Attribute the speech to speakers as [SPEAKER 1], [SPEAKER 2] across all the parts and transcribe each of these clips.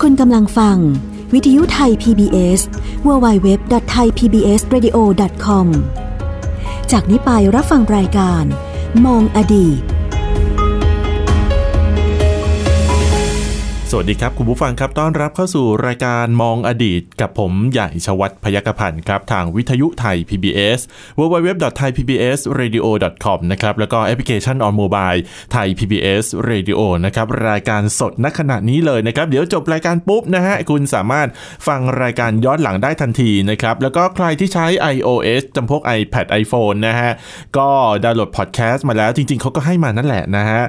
[SPEAKER 1] คุณกำลังฟัง วิทยุไทย PBS www.thaipbsradio.com จากนี้ไปรับฟังรายการ มองอดีต
[SPEAKER 2] สวัสดีครับ คุณผู้ฟังครับต้อนรับเข้าสู่รายการมองอดีต กับผมใหญ่ชวัฒน์พยกพันธ์ครับ ทางวิทยุไทย PBS www.thaipbsradio.com นะครับแล้วก็แอปพลิเคชัน on mobile ไทย PBS Radio นะครับรายการสดณขณะนี้เลยนะครับ เดี๋ยวจบรายการปุ๊บนะฮะ คุณสามารถฟังรายการย้อนหลังได้ทันทีนะครับ แล้วก็ใครที่ใช้ iOS จำพวก iPad iPhone นะฮะ ก็ดาวน์โหลดพอดแคสต์มาแล้วจริง ๆเขาก็ให้มานั่นแหละนะฮะ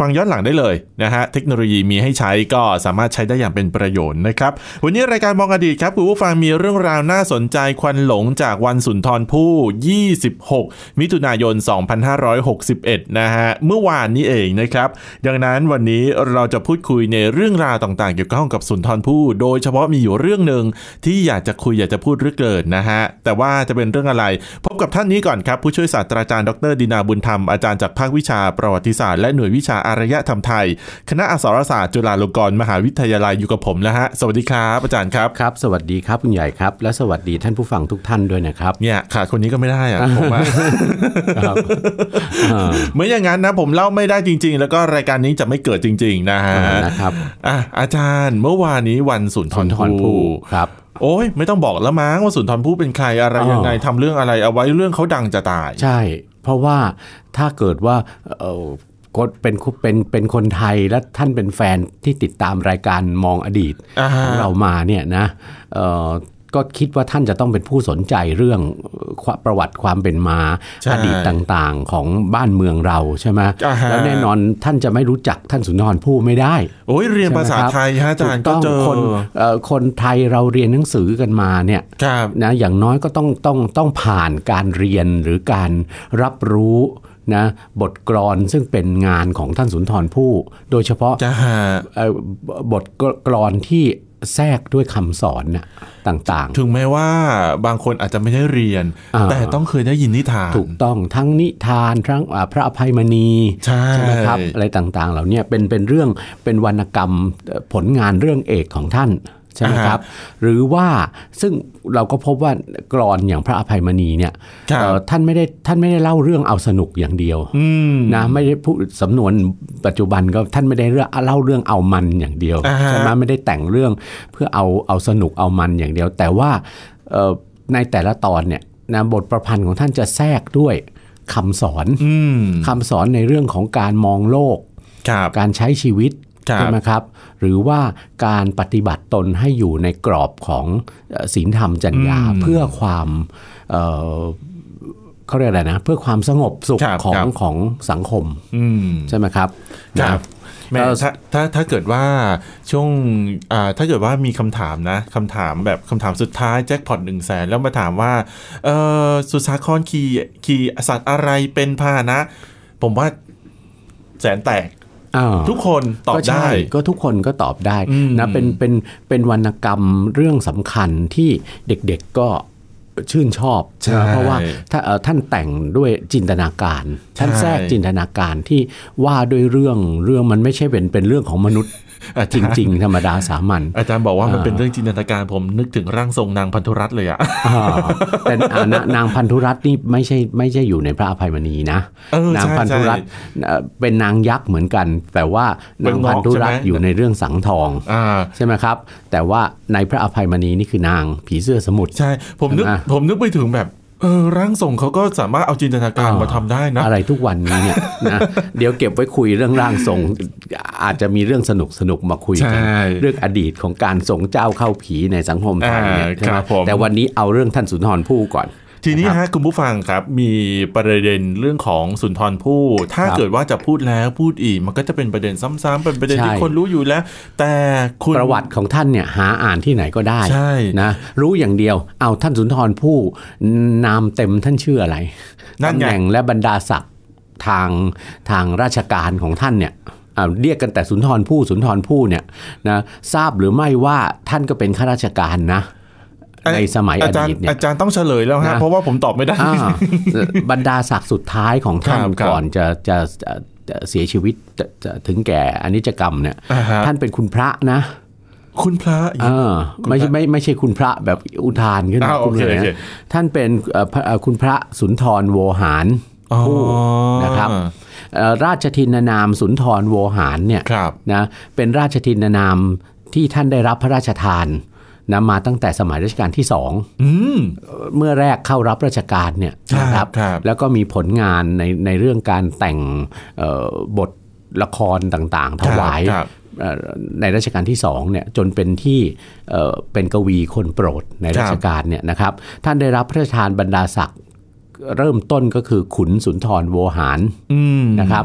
[SPEAKER 2] ฟังย้อนหลังได้เลยนะฮะ เทคโนโลยีมีให้ใช้ก็สามารถใช้ได้อย่างเป็นประโยชน์นะครับ วันนี้รายการมองอดีตครับ คุณผู้ฟังมีเรื่องราวน่าสนใจควันหลงจากวันสุนทรภู่ 26 มิถุนายน 2561 นะฮะ เมื่อวานนี้เองนะครับ ดังนั้นวันนี้เราจะพูดคุยในเรื่องราวต่างๆ เกี่ยวข้องกับสุนทรภู่โดยเฉพาะมีอยู่เรื่องหนึ่งที่อยากจะคุยอยากจะพูดเรื่องเกินนะฮะ แต่ว่าจะเป็นเรื่องอะไร พบกับท่านนี้ก่อนครับ ผู้ช่วยศาสตราจารย์ดรดินาบุญธรรม อาจารย์จากภาควิชาประวัติศาสตร์และหน่วยวิชาอารยธรรมไทย คณะอักษรศาสตร์จุฬาลงกรณ์มหาวิทยาลัยอยู่กับผมแล้วฮะสวัสดีครับอาจารย์ครับ
[SPEAKER 3] ครับ สวัสดีครับคุณใหญ่ครับ และสวัสดีท่านผู้ฟังทุกท่านด้วยนะครับ
[SPEAKER 2] เนี่ยขาดคนนี้ก็ไม่ได้ อะผมว่า
[SPEAKER 3] ครับอ่า
[SPEAKER 2] ไม่อย่างนั้นนะผมเล่าไม่ได้จริง ๆ แล้วก็รายการนี้จะไม่เกิดจริง ๆ นะฮะ
[SPEAKER 3] นะครับ
[SPEAKER 2] อ่ะอาจารย์เมื่อวานนี้วันสุนท
[SPEAKER 3] ถอน
[SPEAKER 2] ร
[SPEAKER 3] ถอน
[SPEAKER 2] ภู่
[SPEAKER 3] ผู้ครับ
[SPEAKER 2] โอ้ยไม่ต้องบอกแล้วมั้งว่าสุนทรภู่เป็นใครอะไร
[SPEAKER 3] อ๋อ
[SPEAKER 2] ยังไงทำเรื่องอะไรเอาไว้เรื่องเขาดังจะตาย
[SPEAKER 3] ใช่ เพราะว่าถ้าเกิดว่าเอ่อกดเป็นคุเป็นเป็นคนไทยและท่านเป็นแฟนที่ติดตามรายการมองอดีต
[SPEAKER 2] อ่าฮะ
[SPEAKER 3] ของเรามาเนี่ยนะเอ่อก็คิดว่าท่านจะต้องเป็นผู้สนใจเรื่องความประวัติความเป็นมา
[SPEAKER 2] ใช่
[SPEAKER 3] อดีตต่างๆของบ้านเมืองเราใช่ไหม
[SPEAKER 2] อ่าฮะ
[SPEAKER 3] แล้วแน่นอนท่านจะไม่รู้จักท่านสุนทรภู่ไม่ได้
[SPEAKER 2] โอ้ยเรียนภาษาไทยฮะอาจารย์ก็
[SPEAKER 3] ถู
[SPEAKER 2] เจ
[SPEAKER 3] ต้
[SPEAKER 2] อ
[SPEAKER 3] องคนเอ่อคนไทยเราเรียนหนังสือกันมาเนี่ย
[SPEAKER 2] ครับ
[SPEAKER 3] นะอย่างน้อยก็ต้องต้องต้องผ่านการเรียนหรือการรับรู้นะบทกลอนซึ่งเป็นงานของท่านสุนทรภู่โดยเฉพาะ
[SPEAKER 2] จะหา
[SPEAKER 3] เอ่อบทกลอนที่แทรกด้วยคำสอนน่ะต่าง
[SPEAKER 2] ถึงแม้ว่าบางคนอาจจะไม่ได้เรียน
[SPEAKER 3] อ่า
[SPEAKER 2] แต่ต้องเคยได้ยินนิทาน
[SPEAKER 3] ๆ ถูกต้องทั้งนิทานทั้งอ่าพระอภัยมณี
[SPEAKER 2] ใช่
[SPEAKER 3] ไหมครับอะไรต่างๆเหล่าเนี้เป็นเป็นเรื่องเป็นวรรณกรรมเอ่อผลงานเรื่องเอกของท่านใช่ไหมครับ หรือว่าซึ่งเราก็พบว่ากรอนอย่างพระอภัยมณีเนี่ย
[SPEAKER 2] ครับ
[SPEAKER 3] เอ่อท่านไม่ได้ท่านไม่ได้เล่าเรื่องเอาสนุกอย่างเดียว
[SPEAKER 2] อืม
[SPEAKER 3] นะไม่ได้พูดสำนวนปัจจุบันก็ท่านไม่ได้เรื่องเล่าเรื่องเอามันอย่างเดียว
[SPEAKER 2] อ่าฮะ
[SPEAKER 3] ใช่ไหมไม่ได้แต่งเรื่องเพื่อเอาเอาสนุกเอามันอย่างเดียว แต่ว่าเอ่อในแต่ละตอนเนี่ยนะบทประพันธ์ของท่านจะแทรกด้วยคำสอน
[SPEAKER 2] อืม
[SPEAKER 3] คำสอนในเรื่องของการมองโลก
[SPEAKER 2] ครับ
[SPEAKER 3] การใช้ชีวิต
[SPEAKER 2] ครับ
[SPEAKER 3] ใช่ไหมครับ หรือว่าการปฏิบัติตนให้อยู่ในกรอบของเอ่อศีลธรรมจรรยาเพื่อความเอ่อเขาเรียกอะไรนะ เพื่อความสงบสุข
[SPEAKER 2] ครับ
[SPEAKER 3] ของ
[SPEAKER 2] ครับ
[SPEAKER 3] ของสังคม
[SPEAKER 2] อืม
[SPEAKER 3] ใช่ไหมครับ
[SPEAKER 2] ครับ
[SPEAKER 3] นะ
[SPEAKER 2] แม่
[SPEAKER 3] เอ่อ
[SPEAKER 2] ถ้าถ้าถ้าเกิดว่าช่วงอ่าถ้าเกิดว่ามีคำถามนะคำถามแบบคำถามสุดท้ายแจ็คพอตหนึ่งแสนแล้วมาถามว่าเออสุสาครขี่ขี่สัตว์อะไรเป็นพาหนะ ผมว่าแสนแตก
[SPEAKER 3] อ่า
[SPEAKER 2] ทุกคนตอบ
[SPEAKER 3] ก็
[SPEAKER 2] ได้
[SPEAKER 3] ใช่ก็ทุกคนก็ตอบได้
[SPEAKER 2] อืม
[SPEAKER 3] นะเป็นเป็นเป็นวรรณกรรมเรื่องสำคัญที่เด็กๆก็ชื่นชอบ
[SPEAKER 2] ใช่
[SPEAKER 3] นะเพราะว่าถ้าเอ่อท่านแต่งด้วยจินตนาการ ท่าน
[SPEAKER 2] ใช่
[SPEAKER 3] แทรกจินตนาการที่ว่าด้วยเรื่องเรื่องมันไม่ใช่เป็นเป็นเรื่องของมนุษย์
[SPEAKER 2] อา
[SPEAKER 3] จ
[SPEAKER 2] จารย์
[SPEAKER 3] ริง ๆ ธรรมดาสามัญ
[SPEAKER 2] อาจารย์บอกว่ามัน
[SPEAKER 3] อ่า
[SPEAKER 2] เป็นเรื่องจินตนาการผมนึกถึงร่างทรงนางพันธุรัตน์เลยอะ
[SPEAKER 3] อ่าแต่อ่านานางพันธุรัตน์นี่ไม่ใช่ไม่ใช่อยู่ในพระอภัยมณีนะ
[SPEAKER 2] เออน
[SPEAKER 3] าง
[SPEAKER 2] ใช่
[SPEAKER 3] พันธุรัตน์
[SPEAKER 2] ใช่
[SPEAKER 3] เอ่อเป็นนางยักษ์เหมือนกัน แต่ว่า
[SPEAKER 2] เป็น
[SPEAKER 3] นางพันธุรัต
[SPEAKER 2] งอกใช่ไห
[SPEAKER 3] น์
[SPEAKER 2] ม
[SPEAKER 3] อยู่ในเรื่องสังทอง
[SPEAKER 2] อ่า
[SPEAKER 3] ใช่ไหมครับ แต่ว่าในพระอภัยมณีนี่คือนางผีเสื้อสมุทร
[SPEAKER 2] ใช่ผมนึก
[SPEAKER 3] ใช่ไหม
[SPEAKER 2] ผมนึกไปถึงแบบเออร่างทรงเขาก็สามารถเอาจินตนาการมาทำได้นะ
[SPEAKER 3] อะไรทุกวันนี้ เนี่ย นะเดี๋ยวเก็บไว้คุยเรื่องร่างทรง อาจจะมีเรื่องสนุกสนุกๆมาคุยกั
[SPEAKER 2] ใช่
[SPEAKER 3] เรื่องอดีตของการส่งเจ้าเข้าผีในสังคมไทยเนี่ย
[SPEAKER 2] อ่า
[SPEAKER 3] ใช่
[SPEAKER 2] ค
[SPEAKER 3] ไหม
[SPEAKER 2] รับผม
[SPEAKER 3] แต่วันนี้เอาเรื่องท่านสุนทรภู่ก่อน
[SPEAKER 2] ทีนี้
[SPEAKER 3] นะครับ
[SPEAKER 2] ฮะคุณผู้ฟังครับมีประเด็นเรื่องของสุนทรภู่ถ้า
[SPEAKER 3] ครับ
[SPEAKER 2] เกิดว่าจะพูดแล้วพูดอีก มันก็จะเป็นประเด็นซ้ำๆเป็นประเด็น
[SPEAKER 3] ใช่
[SPEAKER 2] ที่คนรู้อยู่แล้ว แต่คุณ
[SPEAKER 3] ประวัติของท่านเนี่ยหาอ่านที่ไหนก็ได้
[SPEAKER 2] ใช่
[SPEAKER 3] นะรู้อย่างเดียวเอาท่านสุนทรภู่นามเต็มท่านชื่ออะไร
[SPEAKER 2] นั่นไง
[SPEAKER 3] ตำแหน่งและบรรดาศักดิ์ทางทางราชการของท่านเนี่ยอ่าเรียกกันแต่สุนทรภู่สุนทรภู่เนี่ยนะทราบหรือไม่ว่าท่านก็เป็นข้าราชการนะ ในสมัยอ
[SPEAKER 2] อาจาร
[SPEAKER 3] ดี
[SPEAKER 2] ย์
[SPEAKER 3] ตเนี่ย
[SPEAKER 2] อาจารย์ต้องเฉลยแล้วฮะ
[SPEAKER 3] นะ
[SPEAKER 2] เพราะว่าผมตอบไม่ได้
[SPEAKER 3] อ่าบรรดาศักดิ์สุดท้ายของท่าน
[SPEAKER 2] ครับครับ
[SPEAKER 3] ก่อนจะจะจะ จะเสียชีวิตจะจะถึงแก่อนิจกรรมเนี่ย
[SPEAKER 2] อ่าฮะ
[SPEAKER 3] ท่านเป็นคุณพระนะ
[SPEAKER 2] คุณพระ
[SPEAKER 3] เออไม่ใช่ไม่ไม่ใช่คุณพระแบบอุทานขึ้นมา
[SPEAKER 2] อ่าโอ
[SPEAKER 3] คุณ
[SPEAKER 2] เค
[SPEAKER 3] เลย
[SPEAKER 2] โอเค
[SPEAKER 3] นะท่านเป็นเอ่อพระเอ่อคุณพระสุนทรโวหาร
[SPEAKER 2] อ๋อ
[SPEAKER 3] นะครับ เอ่อราชทินนามสุนทรโวหารเนี่ย
[SPEAKER 2] ครับ
[SPEAKER 3] นะเป็นราชทินนามที่ท่านได้รับพระราชทานนะมาตั้งแต่สมัยรัชกาลที่สอง
[SPEAKER 2] อืม
[SPEAKER 3] เมื่อแรกเข้ารับราชการเนี่ย
[SPEAKER 2] ครับ
[SPEAKER 3] นะครับ
[SPEAKER 2] ครับ
[SPEAKER 3] แล้วก็มีผลงานในในเรื่องการแต่งเอ่อบทละครต่างๆ ถวาย
[SPEAKER 2] ครับ
[SPEAKER 3] เอ่อในรัชกาลที่สองเนี่ยจนเป็นที่เอ่อเป็นกวีคนโปรดในรัชกาลเนี่ยนะครับ ท่านได้รับพระราชทานบรรดาศักดิ์เริ่มต้นก็คือขุนสุนทรโวหาร
[SPEAKER 2] อืม
[SPEAKER 3] นะครับ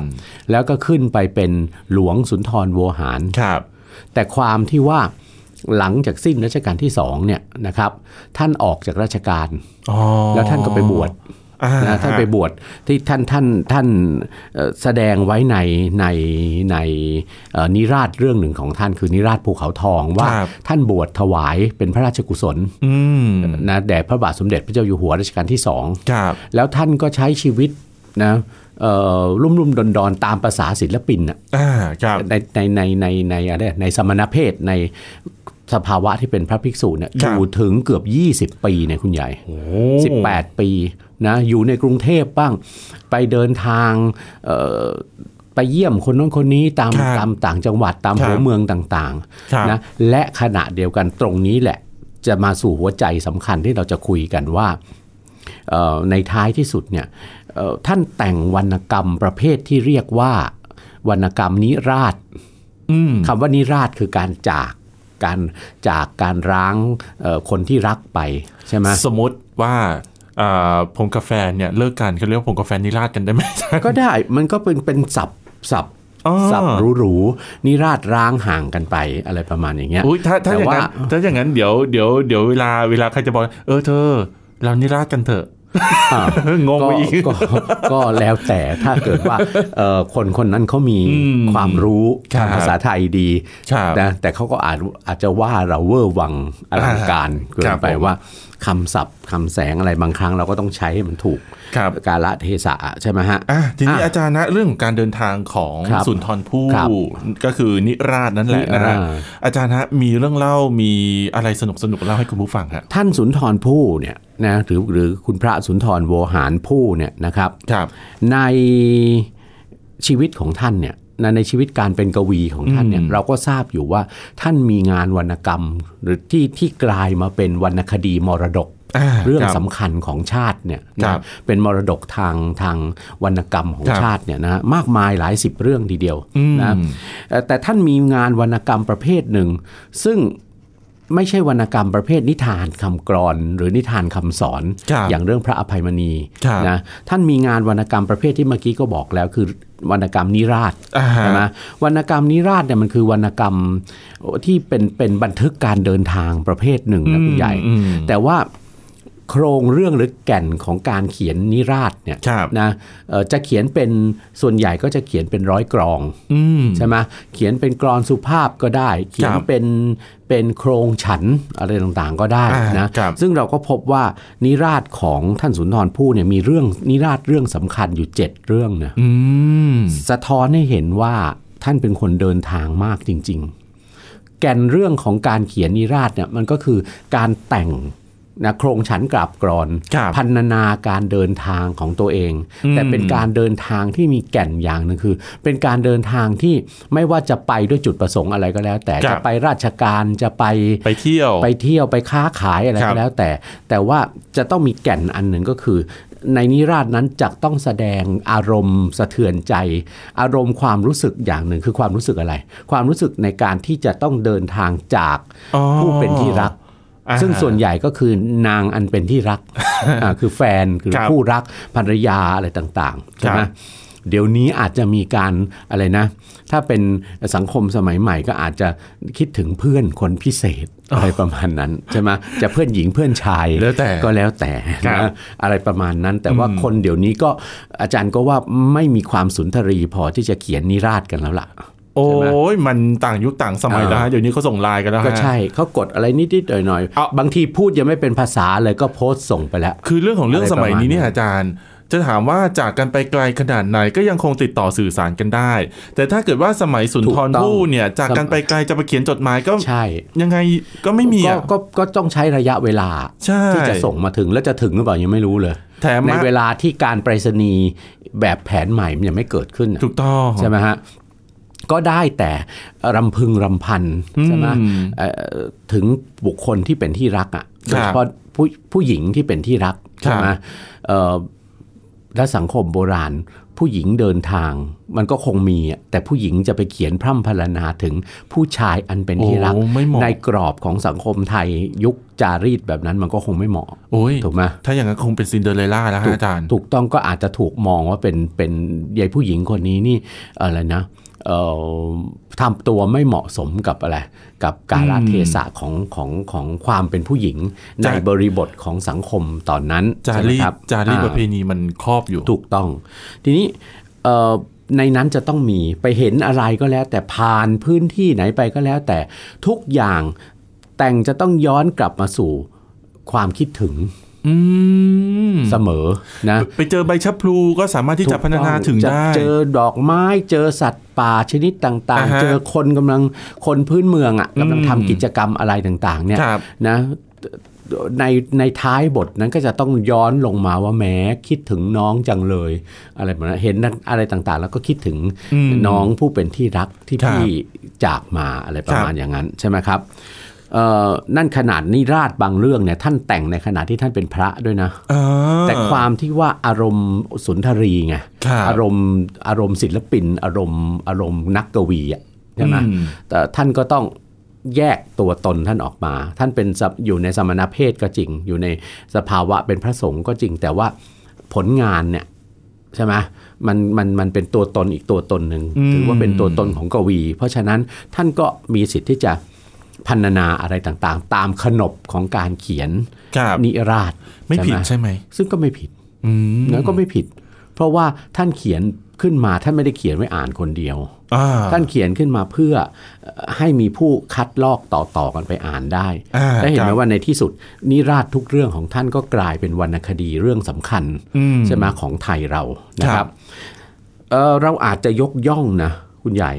[SPEAKER 3] แล้วก็ขึ้นไปเป็นหลวงสุนทรโวหาร
[SPEAKER 2] ครับ
[SPEAKER 3] แต่ความที่ว่าหลังจากสิ้นรัชกาลที่สองเนี่ยนะครับ ท่านออกจากราชการ
[SPEAKER 2] อ๋อ
[SPEAKER 3] แล้วท่านก็ไปบวช
[SPEAKER 2] อ่า
[SPEAKER 3] นะท่านไปบวชที่ท่านท่านท่านเอ่อแสดงไว้ในในในเอ่อนิราศเรื่องหนึ่งของท่านคือนิราศภูเขาทองว่าท่านบวชถวายเป็นพระราชกุศล
[SPEAKER 2] อืม
[SPEAKER 3] นะแด่พระบาทสมเด็จพระเจ้าอยู่หัวรัชกาลที่สอง
[SPEAKER 2] ครับ
[SPEAKER 3] แล้วท่านก็ใช้ชีวิตนะเอ่อรุ่มรุ่มดอนดอนๆตามภาษาศิลปินน่ะ
[SPEAKER 2] อ่าครับ
[SPEAKER 3] ในในในในในอะไรในสมณเพศในสภาวะที่เป็นพระภิกษุเนี่ยอยู่ถึงเกือบ 20 ปีเนี่ยคุณใหญ่
[SPEAKER 2] โอ้
[SPEAKER 3] 18 ปีนะอยู่ในกรุงเทพบ้าง ไปเดินทางเอ่อไปเยี่ยมคนโน้นคนนี้ตาม
[SPEAKER 2] ครับ
[SPEAKER 3] ตามต่างจังหวัดตาม
[SPEAKER 2] ครับ
[SPEAKER 3] หัวเมืองต่าง
[SPEAKER 2] ครับ
[SPEAKER 3] ๆนะและขณะเดียวกันตรงนี้แหละ จะมาสู่หัวใจสำคัญที่เราจะคุยกันว่าเอ่อในท้ายที่สุดเนี่ยเอ่อท่านแต่งวรรณกรรมประเภทที่เรียกว่า วรรณกรรมนิราศ
[SPEAKER 2] อืม
[SPEAKER 3] คำว่านิราศคือการจากการจากการร้างเอ่อคนที่รักไปใช่ไหม
[SPEAKER 2] สมมติว่าอ่าผมกับแฟนเนี่ยเลิกกันเขาเรียกว่าผมกับแฟนนิราศกันได้ไหม
[SPEAKER 3] ก็ได้ มันก็เป็นเป็นสับสับ
[SPEAKER 2] อ๋อ
[SPEAKER 3] สับหรูๆนิราดร้างห่างกันไปอะไรประมาณอย่างเงี้ย
[SPEAKER 2] อุ้ยถ้าถ้าอ
[SPEAKER 3] แต่
[SPEAKER 2] ย่าง
[SPEAKER 3] ว่า
[SPEAKER 2] นั้นถ้าอย่างนั้นเดี๋ยวเดี๋ยวเดี๋ยวเวลาเวลาใครจะบอก เออเธอ เรานิราศกันเถอะ
[SPEAKER 3] อ่า
[SPEAKER 2] งง
[SPEAKER 3] ก็
[SPEAKER 2] ไปอีก
[SPEAKER 3] ก็ก็แล้วแต่ถ้าเกิดว่าเอ่อคนคนนั้นเขามี
[SPEAKER 2] อืม
[SPEAKER 3] ความรู้
[SPEAKER 2] ครับ
[SPEAKER 3] ภาษาไทยดี
[SPEAKER 2] ครับ
[SPEAKER 3] นะแต่เขาก็อาจอาจจะว่าเราเวอร์วังอลังการเกิ
[SPEAKER 2] ครั
[SPEAKER 3] น
[SPEAKER 2] บ
[SPEAKER 3] ไป
[SPEAKER 2] ผม
[SPEAKER 3] ว่าคำศัพท์คำแสงอะไรบางครั้งเราก็ต้องใช้ให้มันถูก
[SPEAKER 2] ครับ
[SPEAKER 3] กาละเทศะใช่ไหมฮะ
[SPEAKER 2] อ่ะทีนี้
[SPEAKER 3] อ่ะ
[SPEAKER 2] อาจารย์นะเรื่องของการเดินทางของ
[SPEAKER 3] ครับ
[SPEAKER 2] สุนทรภู่
[SPEAKER 3] ครับ
[SPEAKER 2] ก็คือนิราศนั่นแหละนะฮะ
[SPEAKER 3] นิราศ
[SPEAKER 2] อาจารย์ฮะมีเรื่องเล่ามีอะไรสนุกสนุกๆเล่าให้คุณผู้ฟังฮะ
[SPEAKER 3] ท่านสุนทรภู่เนี่ยนะหรือหรือคุณพระสุนทรโวหารภู่เนี่ยนะครับ
[SPEAKER 2] ครับ
[SPEAKER 3] ในชีวิตของท่านเนี่ยนะในชีวิตการเป็นกวีของท่านเนี่ย
[SPEAKER 2] อืม
[SPEAKER 3] เราก็ทราบอยู่ว่าท่านมีงานวรรณกรรม หรือที่ที่กลายมาเป็นวรรณคดีมรดก
[SPEAKER 2] า
[SPEAKER 3] เรื่อง
[SPEAKER 2] คบ
[SPEAKER 3] สำคัญของชาติเนี่ย
[SPEAKER 2] ครั
[SPEAKER 3] นะ
[SPEAKER 2] บ
[SPEAKER 3] เป็นมรดกทางทางวรรณกรรมของ
[SPEAKER 2] ครับ
[SPEAKER 3] ชาติเนี่ยนะมากมายหลายสิบเรื่องทีเดียว
[SPEAKER 2] อืม
[SPEAKER 3] นะ เอ่อแต่ท่านมีงานวรรณกรรมประเภทหนึ่ง ซึ่งไม่ใช่วรรณกรรมประเภทนิทานคำกรอน หรือนิทานคำสอน
[SPEAKER 2] ครับ
[SPEAKER 3] อย่างเรื่องพระอภัยมณี
[SPEAKER 2] ครับ
[SPEAKER 3] นะท่านมีงานวรรณกรรมประเภทที่เมื่อกี้ก็บอกแล้วคือวรรณกรรมนิราศ
[SPEAKER 2] อ่าฮะ
[SPEAKER 3] ใช่ไหมวรรณกรรมนิราศเนี่ยมันคือวรรณกรรมที่เป็นเป็นบันทึกการเดินทางประเภทหนึ่งนะคุณใหญ่
[SPEAKER 2] อืม
[SPEAKER 3] แต่ว่าโครงเรื่องหรือแก่นของการเขียนนิราศเนี่ย
[SPEAKER 2] ครับ
[SPEAKER 3] นะเอ่อจะเขียนเป็นส่วนใหญ่ก็จะเขียนเป็นร้อยกรอง
[SPEAKER 2] อืม
[SPEAKER 3] ใช่ไหมเขียนเป็นกรอนสุภาพก็ได้ เขียน
[SPEAKER 2] ครับ
[SPEAKER 3] เป็นเป็นโครงฉันอะไรต่างๆก็ได้นะ
[SPEAKER 2] อ่าครับ
[SPEAKER 3] ซึ่งเราก็พบว่านิราศของท่านสุนทรภู่เนี่ยมีเรื่องนิราศเรื่องสำคัญอยู่ 7 เรื่องนะ
[SPEAKER 2] ืม
[SPEAKER 3] สะท้อนให้เห็นว่าท่านเป็นคนเดินทางมากจริง ๆ แก่นเรื่องของการเขียนนิราศเนี่ยมันก็คือการแต่งนะโครงฉันกราบกรอน
[SPEAKER 2] ครับ
[SPEAKER 3] พันนานาการเดินทางของตัวเอง
[SPEAKER 2] อืม
[SPEAKER 3] แต่เป็นการเดินทางที่มีแก่นอย่างหนึ่งคือ เป็นการเดินทางที่ไม่ว่าจะไปด้วยจุดประสงค์อะไรก็แล้ว แต่จะไปราชการจะไป
[SPEAKER 2] ไปเที่ยว
[SPEAKER 3] ไปเที่ยวไปค้าขายอะไร
[SPEAKER 2] ครั
[SPEAKER 3] ก็
[SPEAKER 2] บ
[SPEAKER 3] แล้วแต่ แต่ว่าจะต้องมีแก่นอันหนึ่งก็คือ ในนิราศนั้นจะต้องแสดงอารมณ์สะเทือนใจ อารมณ์ความรู้สึกอย่างหนึ่งคือความรู้สึกอะไร ความรู้สึกในการที่จะต้องเดินทางจาก
[SPEAKER 2] อ๋อ
[SPEAKER 3] ผู้เป็นที่รัก
[SPEAKER 2] อ่า
[SPEAKER 3] ซึ่งส่วนใหญ่ก็คือนางอันเป็นที่รั ก อ่าคือแฟนคือ
[SPEAKER 2] ครับ
[SPEAKER 3] คู่รักภรรยาอะไรต่างๆใช่ไหม
[SPEAKER 2] ครับ
[SPEAKER 3] เดี๋ยวนี้อาจจะมีการอะไรนะ ถ้าเป็นสังคมสมัยใหม่ก็อาจจะคิดถึงเพื่อนคนพิเศษอะไรประมาณนั้นใช่ไหมจะเพื่อนหญิงเพื่อนชาย
[SPEAKER 2] แล้วแต่
[SPEAKER 3] ก็แล้วแต่
[SPEAKER 2] ครับ
[SPEAKER 3] นะอะไรประมาณนั้น แต่ว่าคนเดี๋ยวนี้ก็อาจารย์ก็ว่าไม่มีความสุนทรีพอที่จะเขียนนิราศกันแล้วล่ะ
[SPEAKER 2] โอ้
[SPEAKER 3] ใช่ไหม
[SPEAKER 2] ยมันต่างยุคต่างสมัย
[SPEAKER 3] อ่า
[SPEAKER 2] แล้วฮะเดี๋ยวนี้เขาส่งไลน์กันแล้วฮะ
[SPEAKER 3] ก็ใช่เขากดอะไรนิดๆหน่อย
[SPEAKER 2] เอา
[SPEAKER 3] ๆบางทีพูดยังไม่เป็นภาษาเลยก็โพสต์ส่งไปแล้ว
[SPEAKER 2] คือเรื่องของเรื่อง
[SPEAKER 3] อะไร
[SPEAKER 2] ส
[SPEAKER 3] ประมาณ
[SPEAKER 2] มัยนี้เนี่ย
[SPEAKER 3] นั้น
[SPEAKER 2] อาจารย์ จะถามว่าจากกันไปไกลขนาดไหนก็ยังคงติดต่อสื่อสารกันได้ แต่ถ้าเกิดว่าสมัยสุนทร
[SPEAKER 3] ถูกต้อง
[SPEAKER 2] ภู่เนี่ย จากกันไปไกลจะมาเขียนจดหมายก็
[SPEAKER 3] ใช่
[SPEAKER 2] ยังไงก็ไม่มี
[SPEAKER 3] ก็
[SPEAKER 2] อะ
[SPEAKER 3] ก็ก็ต้องใช้ระยะเวลา
[SPEAKER 2] ใช่
[SPEAKER 3] ที่จะส่งมาถึงแล้วจะถึงหรือเปล่ายังไม่รู้เลย
[SPEAKER 2] แถม
[SPEAKER 3] ใน
[SPEAKER 2] มา
[SPEAKER 3] เวลาที่การไปรษณีย์แบบแผนใหม่มันยังไม่เกิดขึ้นน่ะ
[SPEAKER 2] ถูกต้อง
[SPEAKER 3] ใช่ไหมฮะก็ได้แต่รำพึงรำพันใช่ไหมเอ่อถึงบุคคลที่เป็นที่รักอ่ะโดยเฉพาะผู้ผู้หญิงที่เป็นที่รักใช่ไหมเอ่อและสังคมโบราณ ผู้หญิงเดินทาง มันก็คงมีอะแต่ผู้หญิงจะไปเขียนพร่ำพรรณนาถึงผู้ชายอันเป็นที่รัก
[SPEAKER 2] โอ้ไม่เหมาะ
[SPEAKER 3] ในกรอบของสังคมไทยยุคจารีตแบบนั้นมันก็คงไม่เหมาะ
[SPEAKER 2] โอ้ย
[SPEAKER 3] ถูกไหม
[SPEAKER 2] ถ้าอย่างนั้นคงเป็นซินเดอเรลล่าแล้วฮะอาจารย์
[SPEAKER 3] ถูกต้องก็อาจจะถูกมองว่าเป็นเป็นยายผู้หญิงคนนี้นี่อะไรนะเอ่อทำตัวไม่เหมาะสมกับอะไรกับกาลเทศะของของของความเป็นผู้หญิง ใน
[SPEAKER 2] จ้ะ
[SPEAKER 3] บริบทของสังคมตอนนั้น
[SPEAKER 2] จา
[SPEAKER 3] ใช่ไหม
[SPEAKER 2] รีต
[SPEAKER 3] ครับ
[SPEAKER 2] จารีต
[SPEAKER 3] อ่
[SPEAKER 2] ประเพณีมันครอบอยู่
[SPEAKER 3] ถูกต้อง ทีนี้เอ่อในนั้นจะต้องมีไปเห็นอะไรก็แล้ว แต่ผ่านพื้นที่ไหนไปก็แล้ว แต่ทุกอย่างแต่งจะต้องย้อนกลับมาสู่ความคิดถึง
[SPEAKER 2] อืม
[SPEAKER 3] เสมอนะ
[SPEAKER 2] ไปเจอใบชะพลูก็สามารถที่จะพัฒนาถึง
[SPEAKER 3] จะ
[SPEAKER 2] ได้
[SPEAKER 3] เจอดอกไม้เจอสัตว์ป่าชนิดต่าง
[SPEAKER 2] อ่าฮะ
[SPEAKER 3] ๆ เจอคนกำลังคนพื้นเมืองอ่ะกำลัง
[SPEAKER 2] อืม
[SPEAKER 3] ทำกิจกรรมอะไรต่างๆเนี่ย
[SPEAKER 2] ครับ
[SPEAKER 3] นะในในท้ายบทนั้นก็จะต้องย้อนลงมาว่าแหม้คิดถึงน้องจังเลยอะไรแบบนั้นเห็นนั้นอะไรต่างๆ แล้วก็คิดถึง
[SPEAKER 2] อืม
[SPEAKER 3] น้องผู้เป็นที่รักที่
[SPEAKER 2] ครับ
[SPEAKER 3] พี่จากมาอะไรประมา
[SPEAKER 2] ครั
[SPEAKER 3] ณ
[SPEAKER 2] บ
[SPEAKER 3] อย่างนั้นใช่ไหมครับเอ่อนั่นขนาดนิราชบางเรื่องเนี่ยท่านแต่งในขณะที่ท่านเป็นพระด้วยนะ
[SPEAKER 2] อ่
[SPEAKER 3] แต่ความที่ว่าอารมณ์สุนทรีไง
[SPEAKER 2] ครับ
[SPEAKER 3] อารมณ์อารมณ์ศิลปิน อารมณ์อารมณ์นักกวีอะใช่ไหม
[SPEAKER 2] อืม
[SPEAKER 3] แต่ท่านก็ต้องแยกตัวตนท่านออกมา ท่านเป็นสะอยู่ในสมณเพศก็จริง อยู่ในสภาวะเป็นพระสงฆ์ก็จริง แต่ว่าผลงานเนี่ยใช่ไหมมันมันมันเป็นตัวตนอีกตัวตนหนึ่ง
[SPEAKER 2] อืม
[SPEAKER 3] ถือว่าเป็นตัวตนของกวี เพราะฉะนั้นท่านก็มีสิทธิ์ที่จะพันนาอะไรต่างๆ ตามขนบของการเขียน
[SPEAKER 2] ครับ
[SPEAKER 3] นิราศ
[SPEAKER 2] ไม่ผิด
[SPEAKER 3] ใช่ห
[SPEAKER 2] ใช่ไหม
[SPEAKER 3] ซึ่งก็ไม่ผิด
[SPEAKER 2] อืม
[SPEAKER 3] แล้วก็ไม่ผิด เพราะว่าท่านเขียนขึ้นมาท่านไม่ได้เขียนไว้อ่านคนเดียว
[SPEAKER 2] อ่า
[SPEAKER 3] ท่านเขียนขึ้นมาเพื่อเอ่อให้มีผู้คัดลอกต่อๆกันไปอ่านได้
[SPEAKER 2] อ่า
[SPEAKER 3] และเห็น
[SPEAKER 2] ค
[SPEAKER 3] ไหม
[SPEAKER 2] รับ
[SPEAKER 3] ว่าในที่สุดนิราศทุกเรื่องของท่านก็กลายเป็นวรรณคดีเรื่องสำคัญ
[SPEAKER 2] อืม
[SPEAKER 3] ใช่ไหมของไทยเรานะค
[SPEAKER 2] ครั
[SPEAKER 3] รับบ เอ่อเราอาจจะยกย่องนะคุณใหญ่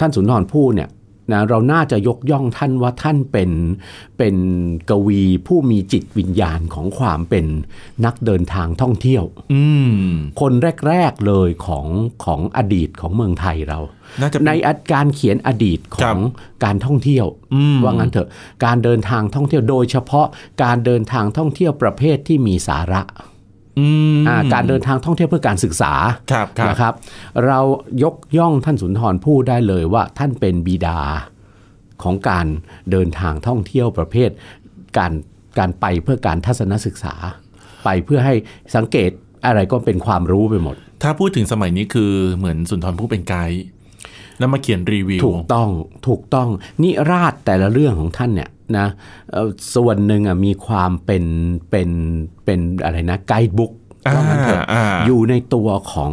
[SPEAKER 3] ท่านสุนทรภู่เนี่ยนะเราน่าจะยกย่องท่านว่าท่านเป็นเป็นกวีผู้มีจิตวิญญาณของความเป็นนักเดินทางท่องเที่ยว
[SPEAKER 2] อืม
[SPEAKER 3] คนแรก ๆ เลยของของอดีตของเมืองไทยเรา
[SPEAKER 2] น่าจะเป็
[SPEAKER 3] ในอัดการเขียนอดีตข
[SPEAKER 2] ครั
[SPEAKER 3] อบ งการท่องเที่ยว
[SPEAKER 2] อืม
[SPEAKER 3] ว่างั้นเถอะการเดินทางท่องเที่ยวโดยเฉพาะการเดินทางท่องเที่ยวประเภทที่มีสาระ
[SPEAKER 2] อืม
[SPEAKER 3] อ่าการเดินทางท่องเที่ยวเพื่อการศึกษา
[SPEAKER 2] ครับครับ
[SPEAKER 3] นะครับ เรายกย่องท่านสุนทรพูดได้เลยว่าท่านเป็นบิดาของการเดินทางท่องเที่ยวประเภท การการไปเพื่อการทัศนศึกษา ไปเพื่อให้สังเกตอะไรก็เป็นความรู้ไปหมด
[SPEAKER 2] ถ้าพูดถึงสมัยนี้คือเหมือนสุนทรภู่เป็นไกด์แล้วมาเขียนรีวิว
[SPEAKER 3] ถูกต้องถูกต้องนิราศแต่ละเรื่องของท่านเนี่ยนะเอ่อส่วนหนึ่งอ่ะมีความเป็นเป็นเป็นอะไรนะไกด์บุ๊ก
[SPEAKER 2] อ่า
[SPEAKER 3] ว่างั้นเถอะ
[SPEAKER 2] อ่า
[SPEAKER 3] อยู่ในตัวของ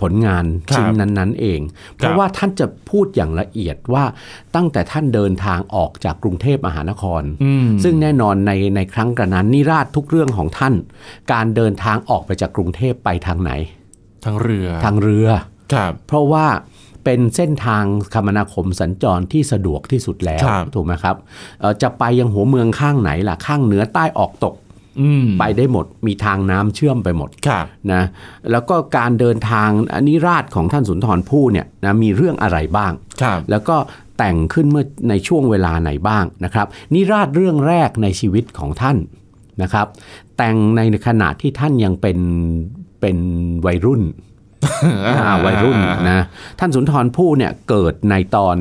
[SPEAKER 3] ผลงาน
[SPEAKER 2] ครับ
[SPEAKER 3] ชิ้นนั้นๆเอง เพ
[SPEAKER 2] ครั
[SPEAKER 3] ราะ
[SPEAKER 2] บ
[SPEAKER 3] ว่าท่านจะพูดอย่างละเอียดว่าตั้งแต่ท่านเดินทางออกจากกรุงเทพมหานคร
[SPEAKER 2] อืม
[SPEAKER 3] ซึ่งแน่นอนในในครั้งกระนั้นนิราศทุกเรื่องของท่าน การเดินทางออกไปจากกรุงเทพไปทางไหน
[SPEAKER 2] ทั้งเรือ
[SPEAKER 3] ทางเรือ
[SPEAKER 2] ครับ
[SPEAKER 3] เพราะว่าเป็นเส้นทางคมนาคมสัญจรที่สะดวกที่สุดแล้ว
[SPEAKER 2] ครับ
[SPEAKER 3] ถูกไหมครับเอ่อจะไปยังหัวเมืองข้างไหนล่ะ ข้างเหนือใต้ออกตก
[SPEAKER 2] อืม
[SPEAKER 3] ไปได้หมด มีทางน้ำเชื่อมไปหมด
[SPEAKER 2] ครับ
[SPEAKER 3] นะแล้วก็การเดินทางอนนิราชของท่านสุนทรภู่เนี่ยนะมีเรื่องอะไรบ้าง
[SPEAKER 2] ครับ
[SPEAKER 3] แล้วก็แต่งขึ้นเมื่อในช่วงเวลาไหนบ้างนะครับ นิราศเรื่องแรกในชีวิตของท่านนะครับ แต่งในขณะที่ท่านยังเป็นเป็นวัยรุ่น อ่าวัยรุ่นนะท่านสุนทรภู่เนี่ยเกิดในตอน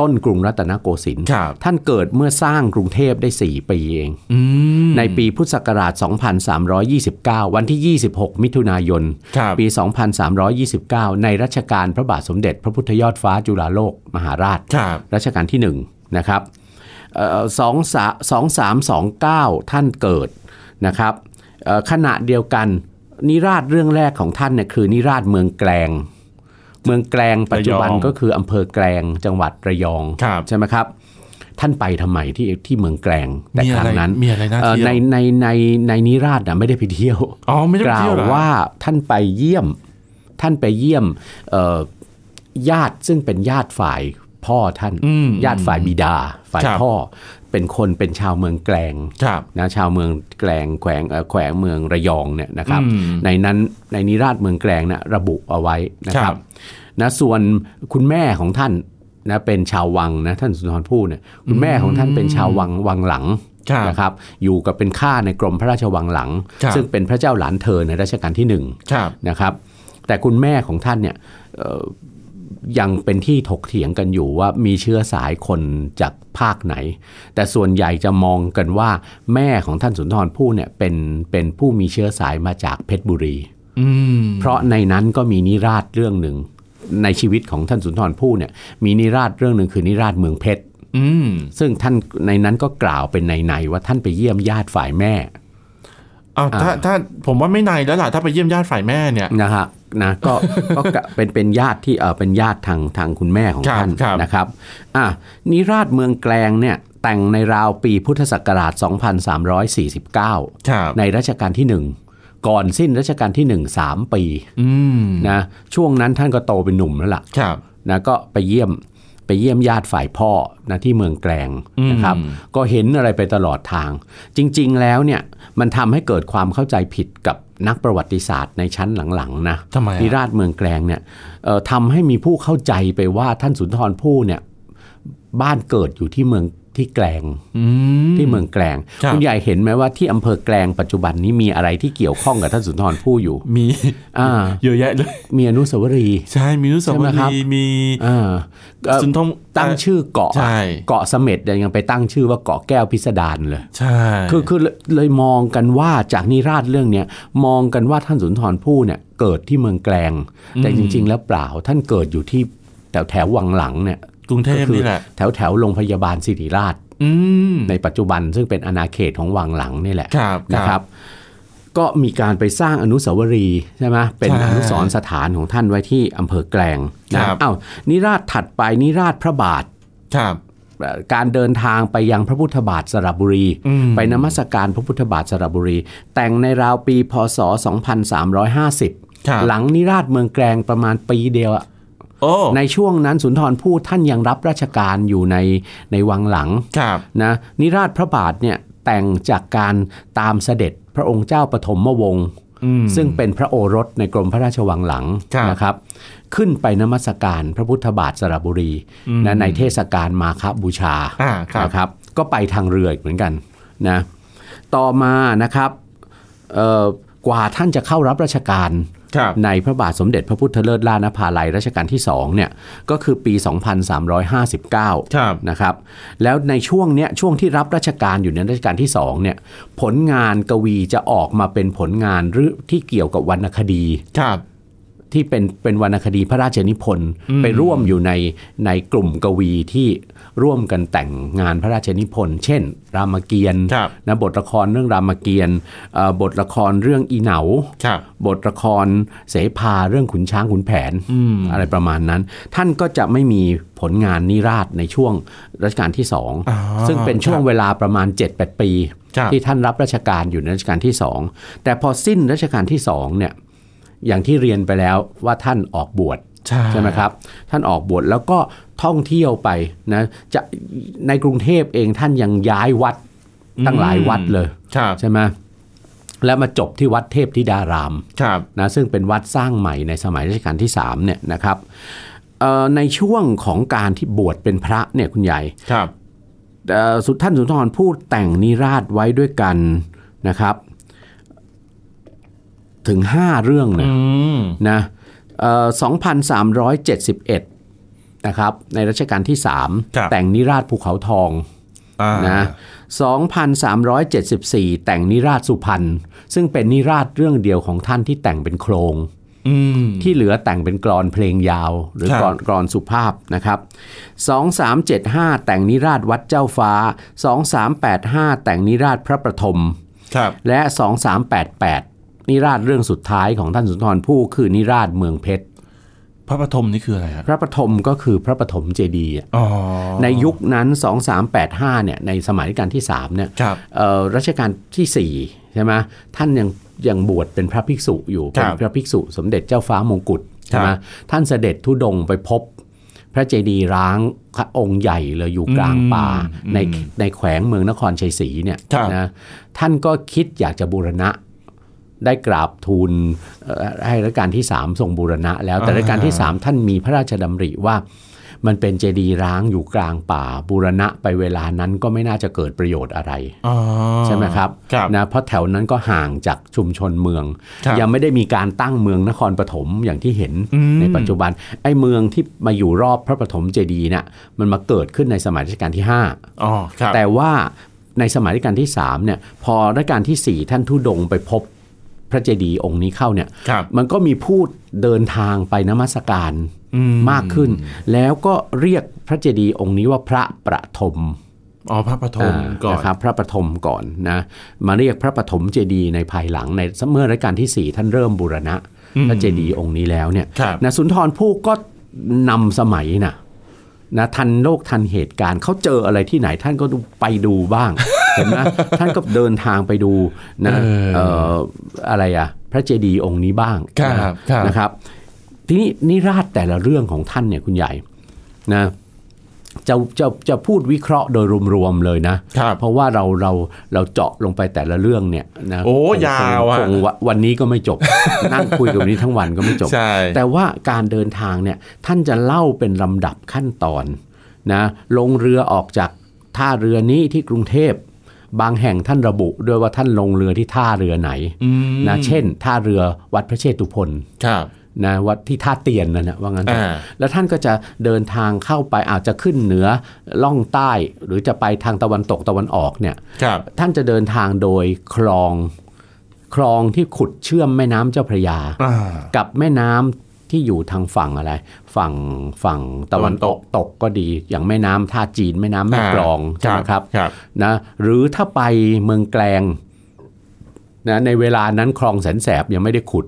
[SPEAKER 3] ต้นกรุงรัตนโกสินทร์
[SPEAKER 2] ครับ
[SPEAKER 3] ท่านเกิดเมื่อสร้างกรุงเทพได้ 4 ปีเอง
[SPEAKER 2] อืม
[SPEAKER 3] ในปีพุทธศักราช 2329 วันที่ 26 มิถุนายน
[SPEAKER 2] ครับ
[SPEAKER 3] ปี 2329 ในรัชกาลพระบาทสมเด็จ พระพุทธยอดฟ้าจุฬาโลกมหาราช
[SPEAKER 2] ครับ
[SPEAKER 3] รัชกาลที่หนึ่งนะครับเอ่อสองสาสองสามสองเก้าท่านเกิดนะครับเอ่อขณะเดียวกันนิราศเรื่องแรกของท่านเนี่ยคือนิราศเมืองแกลง เมืองแกลงปัจจุบันก็คืออำเภอแกลงจังหวัดระยอง
[SPEAKER 2] ครับ
[SPEAKER 3] ใช่ไหมครับ ท่านไปทำไมที่ที่เมืองแกลงแต่
[SPEAKER 2] มี
[SPEAKER 3] ค
[SPEAKER 2] อะไร
[SPEAKER 3] รั้งนั้น
[SPEAKER 2] มีอะไรน่า
[SPEAKER 3] เอ่อ
[SPEAKER 2] เที่ยว
[SPEAKER 3] ในในในในนิราชนะไม่ได้ไปเที่ยว
[SPEAKER 2] อ๋อไม่ได้
[SPEAKER 3] ก
[SPEAKER 2] ไป
[SPEAKER 3] ล่า
[SPEAKER 2] เที่
[SPEAKER 3] ว
[SPEAKER 2] ยวเหรอ
[SPEAKER 3] ว่าท่านไปเยี่ยม ท่านไปเยี่ยมเอ่อญาติซึ่งเป็นญาติฝ่ายพ่อท่าน
[SPEAKER 2] อืม
[SPEAKER 3] ญาติฝ่ายบิดา ฝ่าย
[SPEAKER 2] ครับ
[SPEAKER 3] พ่อ เป็นคนเป็นชาวเมืองแกลง
[SPEAKER 2] ครับ
[SPEAKER 3] นะชาวเมืองแกลงแขวงเอ่อแขวงเมืองระยองเนี่ยนะครับ
[SPEAKER 2] อืม
[SPEAKER 3] ในนั้นในนิราชเมืองแกลงนะระบุเอาไว้นะค
[SPEAKER 2] ครั
[SPEAKER 3] รับบ นะส่วนคุณแม่ของท่านนะเป็นชาววังนะท่านสุนทรภู่เนี่ยคุณแม่ของท่านเป็นชาววังวังหลัง
[SPEAKER 2] ครับ
[SPEAKER 3] นะครับอยู่กับเป็นข้าในกรมพระราชวังหลัง
[SPEAKER 2] ครับ
[SPEAKER 3] ซึ่งเป็นพระเจ้าหลานเธอในรัชกาลที่หนึ่ง
[SPEAKER 2] ครับ
[SPEAKER 3] นะครับแต่คุณแม่ของท่านเนี่ยเอ่อยังเป็นที่ถกเถียงกันอยู่ว่ามีเชื้อสายคนจากภาคไหน แต่ส่วนใหญ่จะมองกันว่าแม่ของท่านสุนทรภู่เนี่ยเป็นเป็นผู้มีเชื้อสายมาจากเพชรบุรี
[SPEAKER 2] อืม
[SPEAKER 3] เพราะในนั้นก็มีนิราศเรื่องหนึ่งในชีวิตของท่านสุนทรภู่เนี่ยมีนิราศเรื่องหนึ่งคือนิราศเมืองเพชร
[SPEAKER 2] อืม
[SPEAKER 3] ซึ่งท่านในนั้นก็กล่าวเป็นในในๆว่าท่านไปเยี่ยมญาติฝ่ายแม่
[SPEAKER 2] อ้าวถ้าถ้าผมว่าไม่ในแล้วล่ะ ถ้าไปเยี่ยมญาติฝ่ายแม่เนี่ย
[SPEAKER 3] นะฮะนะก็ ก็กะเป็นเป็นญาติที่เออเป็นญาติทางทางคุณแม่ของ
[SPEAKER 2] ครับ
[SPEAKER 3] ท่าน
[SPEAKER 2] ครับ
[SPEAKER 3] นะครับอ่ะนิราชเมืองแกลงเนี่ยแต่งในราวปีพุทธศักราช 2349
[SPEAKER 2] ครับ
[SPEAKER 3] ในรัชกาลที่ 1 ก่อนสิ้นรัชกาลที่ 1 3 ปี
[SPEAKER 2] อืม
[SPEAKER 3] นะช่วงนั้นท่านก็โตเป็นหนุ่มแล้วล่ะ
[SPEAKER 2] ครับ
[SPEAKER 3] นะก็ไปเยี่ยมไปเยี่ยมญาติฝ่ายพ่อนะที่เมืองแกลงนะครับ
[SPEAKER 2] อืม
[SPEAKER 3] ก็เห็นอะไรไปตลอดทาง จริงๆแล้วเนี่ยมันทำให้เกิดความเข้าใจผิดกับนักประวัติศาสตร์ในชั้นหลังๆนะ
[SPEAKER 2] ทำไม
[SPEAKER 3] นิ
[SPEAKER 2] อะ
[SPEAKER 3] ราชเมืองแกลงเนี่ยเอ่อทำให้มีผู้เข้าใจไปว่าท่านสุนทรภู่เนี่ยบ้านเกิดอยู่ที่เมืองที่แกลง
[SPEAKER 2] อืม
[SPEAKER 3] ที่เมืองแกลง
[SPEAKER 2] ครับ
[SPEAKER 3] ณยายเห็นไหมว่าที่อำเภอแกลงปัจจุบันนี้มีอะไรที่เกี่ยวข้องกับท่านสุนทรภู่อยู่
[SPEAKER 2] มี
[SPEAKER 3] อ่า
[SPEAKER 2] เยอะแยะเลย
[SPEAKER 3] มีอนุสาวรีย์
[SPEAKER 2] ใช่ มีอนุสาว
[SPEAKER 3] ใช่ไหมครั
[SPEAKER 2] รี
[SPEAKER 3] บ
[SPEAKER 2] ย์มี
[SPEAKER 3] อ่าเอ่อ
[SPEAKER 2] สุนทร
[SPEAKER 3] ตั้งชื่อเกาะ
[SPEAKER 2] ใช่
[SPEAKER 3] เกาะเสม็ดเนี่ยยังไปตั้งชื่อว่าเกาะแก้วพิสดารเลย
[SPEAKER 2] ใช่
[SPEAKER 3] คือคือเลยเลยมองกันว่าจากนิราศเรื่องเนี้ยมองกันว่าท่านสุนทรภู่เนี่ยเกิดที่เมืองแกลง แต่จริง ๆ แล้วเปล่าท่านเกิดอยู่ที่แถวแถววังหลังเนี่ย
[SPEAKER 2] กรุงเท
[SPEAKER 3] ก็
[SPEAKER 2] พ
[SPEAKER 3] คื
[SPEAKER 2] นี่แหละ
[SPEAKER 3] แถวแถวโรงพยาบาลศิริราช
[SPEAKER 2] อืม
[SPEAKER 3] ในปัจจุบันซึ่งเป็นอาณาเขตของวังหลังนี่แหละ
[SPEAKER 2] ครับ
[SPEAKER 3] นะครับ ก็มีการไปสร้างอนุสาวรีย์ใช่ไหมเป็น
[SPEAKER 2] ใช่
[SPEAKER 3] อนุสรณ์สถานของท่านไว้ที่อำเภอแกลงนะครับ อ้าวนิราศถัดไปนิราศพระบาท
[SPEAKER 2] ครับ
[SPEAKER 3] เอ่อการเดินทางไปยังพระพุทธบาทสระบุรี
[SPEAKER 2] อืม
[SPEAKER 3] ไปนมัสการพระพุทธบาทสระบุรี แต่งในราวปี พศ 2350
[SPEAKER 2] ครับ
[SPEAKER 3] หลังนิราชเมืองแกลงประมาณปีเดียวอะ
[SPEAKER 2] โอ้
[SPEAKER 3] ในช่วงนั้นสุนทรภู่ท่านยังรับราชการอยู่ในในวังหลัง
[SPEAKER 2] ครับ
[SPEAKER 3] นะนิราชพระบาทเนี่ยแต่งจากการตามเสด็จพระองค์เจ้าปฐมวงศ์
[SPEAKER 2] อืม
[SPEAKER 3] ซึ่งเป็นพระโอรสในกรมพระราชวังหลัง
[SPEAKER 2] ครับ
[SPEAKER 3] นะครับ ขึ้นไปนมัสการพระพุทธบาทสระบุรีนะในเทศกาลมาคบูชา
[SPEAKER 2] อ่า ครับ
[SPEAKER 3] นะครับก็ไปทางเรืออีกเหมือนกันนะต่อมานะครับเอ่อกว่าท่านจะเข้ารับราชการ
[SPEAKER 2] ครับ
[SPEAKER 3] ในพระบาทสมเด็จพระพุทธเลิศล่านภาลัยรัชกาลที่2เนี่ยก็คือปี 2359
[SPEAKER 2] ครับ
[SPEAKER 3] นะครับแล้วในช่วงเนี้ยช่วงที่รับราชการอยู่ในรัชกาลที่2เนี่ยผลงานกวีจะออกมาเป็นผลงานหรือที่เกี่ยวกับวรรณคดี
[SPEAKER 2] ครับ
[SPEAKER 3] ที่เป็นเป็นวรรณคดีพระราชนิพนธ์ไปร่วมอยู่ในในกลุ่มกวีที่ร่วมกันแต่งงานพระราชนิพนธ์เช่น รามเกียรติ์
[SPEAKER 2] ครับ
[SPEAKER 3] นะบทละครเรื่องรามเกียรติ์เอ่อบทละครเรื่องอีเหนา
[SPEAKER 2] ครับ
[SPEAKER 3] บทละครเสภาเรื่องขุนช้างขุนแผนอะไรประมาณนั้น ท่านก็จะไม่มีผลงานนิราศในช่วงรัชกาลที่สอง
[SPEAKER 2] อ๋อ
[SPEAKER 3] ซึ่งเป็นช่วงเวลาประมาณ 7-8 ปี
[SPEAKER 2] ครับ
[SPEAKER 3] ที่ท่านรับราชการอยู่ในรัชกาลที่สองแต่พอสิ้นรัชกาลที่สองเนี่ยอย่างที่เรียนไปแล้วว่าท่านออกบวช
[SPEAKER 2] ใช่
[SPEAKER 3] ใช่ไหมครับ ท่านออกบวชแล้วก็ท่องเที่ยวไปนะจะในกรุงเทพเองท่านยังย้ายวัดตั้งหลายวัดเลย
[SPEAKER 2] ครับ
[SPEAKER 3] ใช่ไหมแล้วมาจบที่วัดเทพธิดาราม
[SPEAKER 2] ครับ
[SPEAKER 3] นะซึ่งเป็นวัดสร้างใหม่ในสมัยรัชกาลที่3เนี่ยนะครับเอ่อในช่วงของการที่บวชเป็นพระเนี่ยคุณใหญ่
[SPEAKER 2] ครับ
[SPEAKER 3] เอ่อสุท่านสุนทรพูดแต่งนิราศไว้ด้วยกันนะครับ ถึง 5 เรื่องนะ
[SPEAKER 2] อืม
[SPEAKER 3] นะเอ่อ2,371นะครับในรัชกาลที่
[SPEAKER 2] ครับ
[SPEAKER 3] 3 แต่งนิราศภูเขาทอง
[SPEAKER 2] อ่า
[SPEAKER 3] นะ2,374 แต่งนิราศสุพรรณซึ่งเป็นนิราศเรื่องเดียวของท่านที่แต่งเป็นโครง
[SPEAKER 2] อืม
[SPEAKER 3] ที่เหลือแต่งเป็นกรอนเพลงยาว หรือ
[SPEAKER 2] ครับ
[SPEAKER 3] กรอนกรอนสุภาพนะครับ 2375 แต่งนิราศวัดเจ้าฟ้า 2385 แต่งนิราศพระประทม
[SPEAKER 2] ครับ
[SPEAKER 3] และ 2388 นิราศเรื่องสุดท้ายของท่านสุนทรภู่คือนิราศเมืองเพชร
[SPEAKER 2] พระปฐมนี่คืออะไรครับ
[SPEAKER 3] พระปฐมก็คือพระปฐมเจดีย์อะ
[SPEAKER 2] อ๋อ
[SPEAKER 3] ในยุคนั้น 2385เนี่ยในสมัยรัชกาลที่3เนี่ย
[SPEAKER 2] ครับ
[SPEAKER 3] เอ่อรัชกาลที่ 4 ใช่ไหมท่านยังยังบวชเป็นพระภิกษุอยู่
[SPEAKER 2] ครั
[SPEAKER 3] เป็
[SPEAKER 2] บ
[SPEAKER 3] นพระภิกษุสมเด็จเจ้าฟ้ามงกุฎใช่ไหม
[SPEAKER 2] ครับ
[SPEAKER 3] ท่านเสด็จทุดงค์ไปพบ พระเจดีย์ร้างพระองค์ใหญ่เลยอยู่กลางป่า
[SPEAKER 2] อืม
[SPEAKER 3] ในในแขวงเมืองนครชัยศรีเนี่ย
[SPEAKER 2] ครับ
[SPEAKER 3] นะท่านก็คิดอยากจะบูรณะ ได้กราบทูลเอ่อให้รัชกาลที่ 3 ทรงบูรณะ แล้วแต่รัชกาลที่ 3 ท่านมีพระราชดำริว่า มันเป็นเจดีย์ร้างอยู่กลางป่าบูรณะไปเวลานั้นก็ไม่น่าจะเกิดประโยชน์อะไร
[SPEAKER 2] อ๋อ
[SPEAKER 3] ใช่ไหมครับ
[SPEAKER 2] ครับ
[SPEAKER 3] นะเพราะแถวนั้นก็ห่างจากชุมชนเมือง
[SPEAKER 2] ครับ
[SPEAKER 3] ยังไม่ได้มีการตั้งเมืองนครปฐมอย่างที่เห็น
[SPEAKER 2] อืม
[SPEAKER 3] ในปัจจุบันไอ้เมืองที่มาอยู่รอบพระปฐมเจดีย์เนี่ยมันมาเกิดขึ้นในสมัยรัชกาลที่
[SPEAKER 2] อ๋อครับ
[SPEAKER 3] 5 แต่ว่าในสมัยรัชกาลที่3เนี่ยพอรัชกาลทีสี่ 4 ท่านทุดงค์ไปพบพระเจดีย์องค์นี้เข้าเนี่ย
[SPEAKER 2] ครับ
[SPEAKER 3] มันก็มีผู้เดินทางไปนมัสการ
[SPEAKER 2] อืม
[SPEAKER 3] มากขึ้น แล้วก็เรียกพระเจดีย์องค์นี้ว่าพระประถม
[SPEAKER 2] อ๋อพระปฐมก่อน
[SPEAKER 3] นะครับพระปฐมก่อนนะมาเรียกพระปฐมเจดีย์ในภายหลังในเมื่อรัชกาลที่ 4 ท่านเริ่มบูรณะพระเจดีย์องค์นี้แล้วเนี่ย
[SPEAKER 2] ครับ
[SPEAKER 3] นะสุนทรภู่ก็นำสมัยนะนะทันโลกทันเหตุการณ์เขาเจออะไรที่ไหนท่านก็ดูไปดูบ้าง เห็นไหมท่านก็เดินทางไปดูนะเอ่ออะไรอะพระเจดีย์องค์นี้บ้าง
[SPEAKER 2] ครับครับ
[SPEAKER 3] นะครับทีนี้นิราศแต่ละเรื่องของท่านเนี่ยคุณใหญ่นะจะจะจะพูดวิเคราะห์โดยรวมๆเลยนะ
[SPEAKER 2] ครับ
[SPEAKER 3] เพราะว่าเราเราเราเจาะลงไปแต่ละเรื่องเนี่ยนะ
[SPEAKER 2] โอ้
[SPEAKER 3] คง
[SPEAKER 2] ยาวอะ
[SPEAKER 3] คงคงวันวันนี้ก็ไม่จบ นั่งคุยกับวันนี้ทั้งวันก็ไม่จบ
[SPEAKER 2] ใช่
[SPEAKER 3] แต่ว่าการเดินทางเนี่ยท่านจะเล่าเป็นลำดับขั้นตอนนะลงเรือออกจากท่าเรือนี้ที่กรุงเทพ บางแห่งท่านระบุด้วยว่าท่านลงเรือที่ท่าเรือไหน
[SPEAKER 2] อืม
[SPEAKER 3] นะเช่น ท่าเรือวัดพระเชตุพน
[SPEAKER 2] ครับ
[SPEAKER 3] นะวัดที่ท่าเตียนนั่นนะว่างั้นเถอะ
[SPEAKER 2] อ่า
[SPEAKER 3] แล้วท่านก็จะเดินทางเข้าไปอาจจะขึ้นเหนือล่องใต้ หรือจะไปทางตะวันตกตะวันออกเนี่ย
[SPEAKER 2] ครับ
[SPEAKER 3] ท่านจะเดินทางโดยคลองคลองที่ขุดเชื่อมแม่น้ำเจ้าพระยา
[SPEAKER 2] อ่า
[SPEAKER 3] กับแม่น้ำที่อยู่ทางฝั่งอะไร ฝั่งฝั่งตะวันตกตกก็ดีอย่างแม่น้ำท่าจีนแม่น้ำแม่กลอง
[SPEAKER 2] ค
[SPEAKER 3] ใช่
[SPEAKER 2] รั
[SPEAKER 3] ไห
[SPEAKER 2] บ
[SPEAKER 3] มครับ
[SPEAKER 2] ครับ
[SPEAKER 3] นะหรือถ้าไปเมืองแกลงนะในเวลานั้นคลองแสนแสบยังไม่ได้ขุด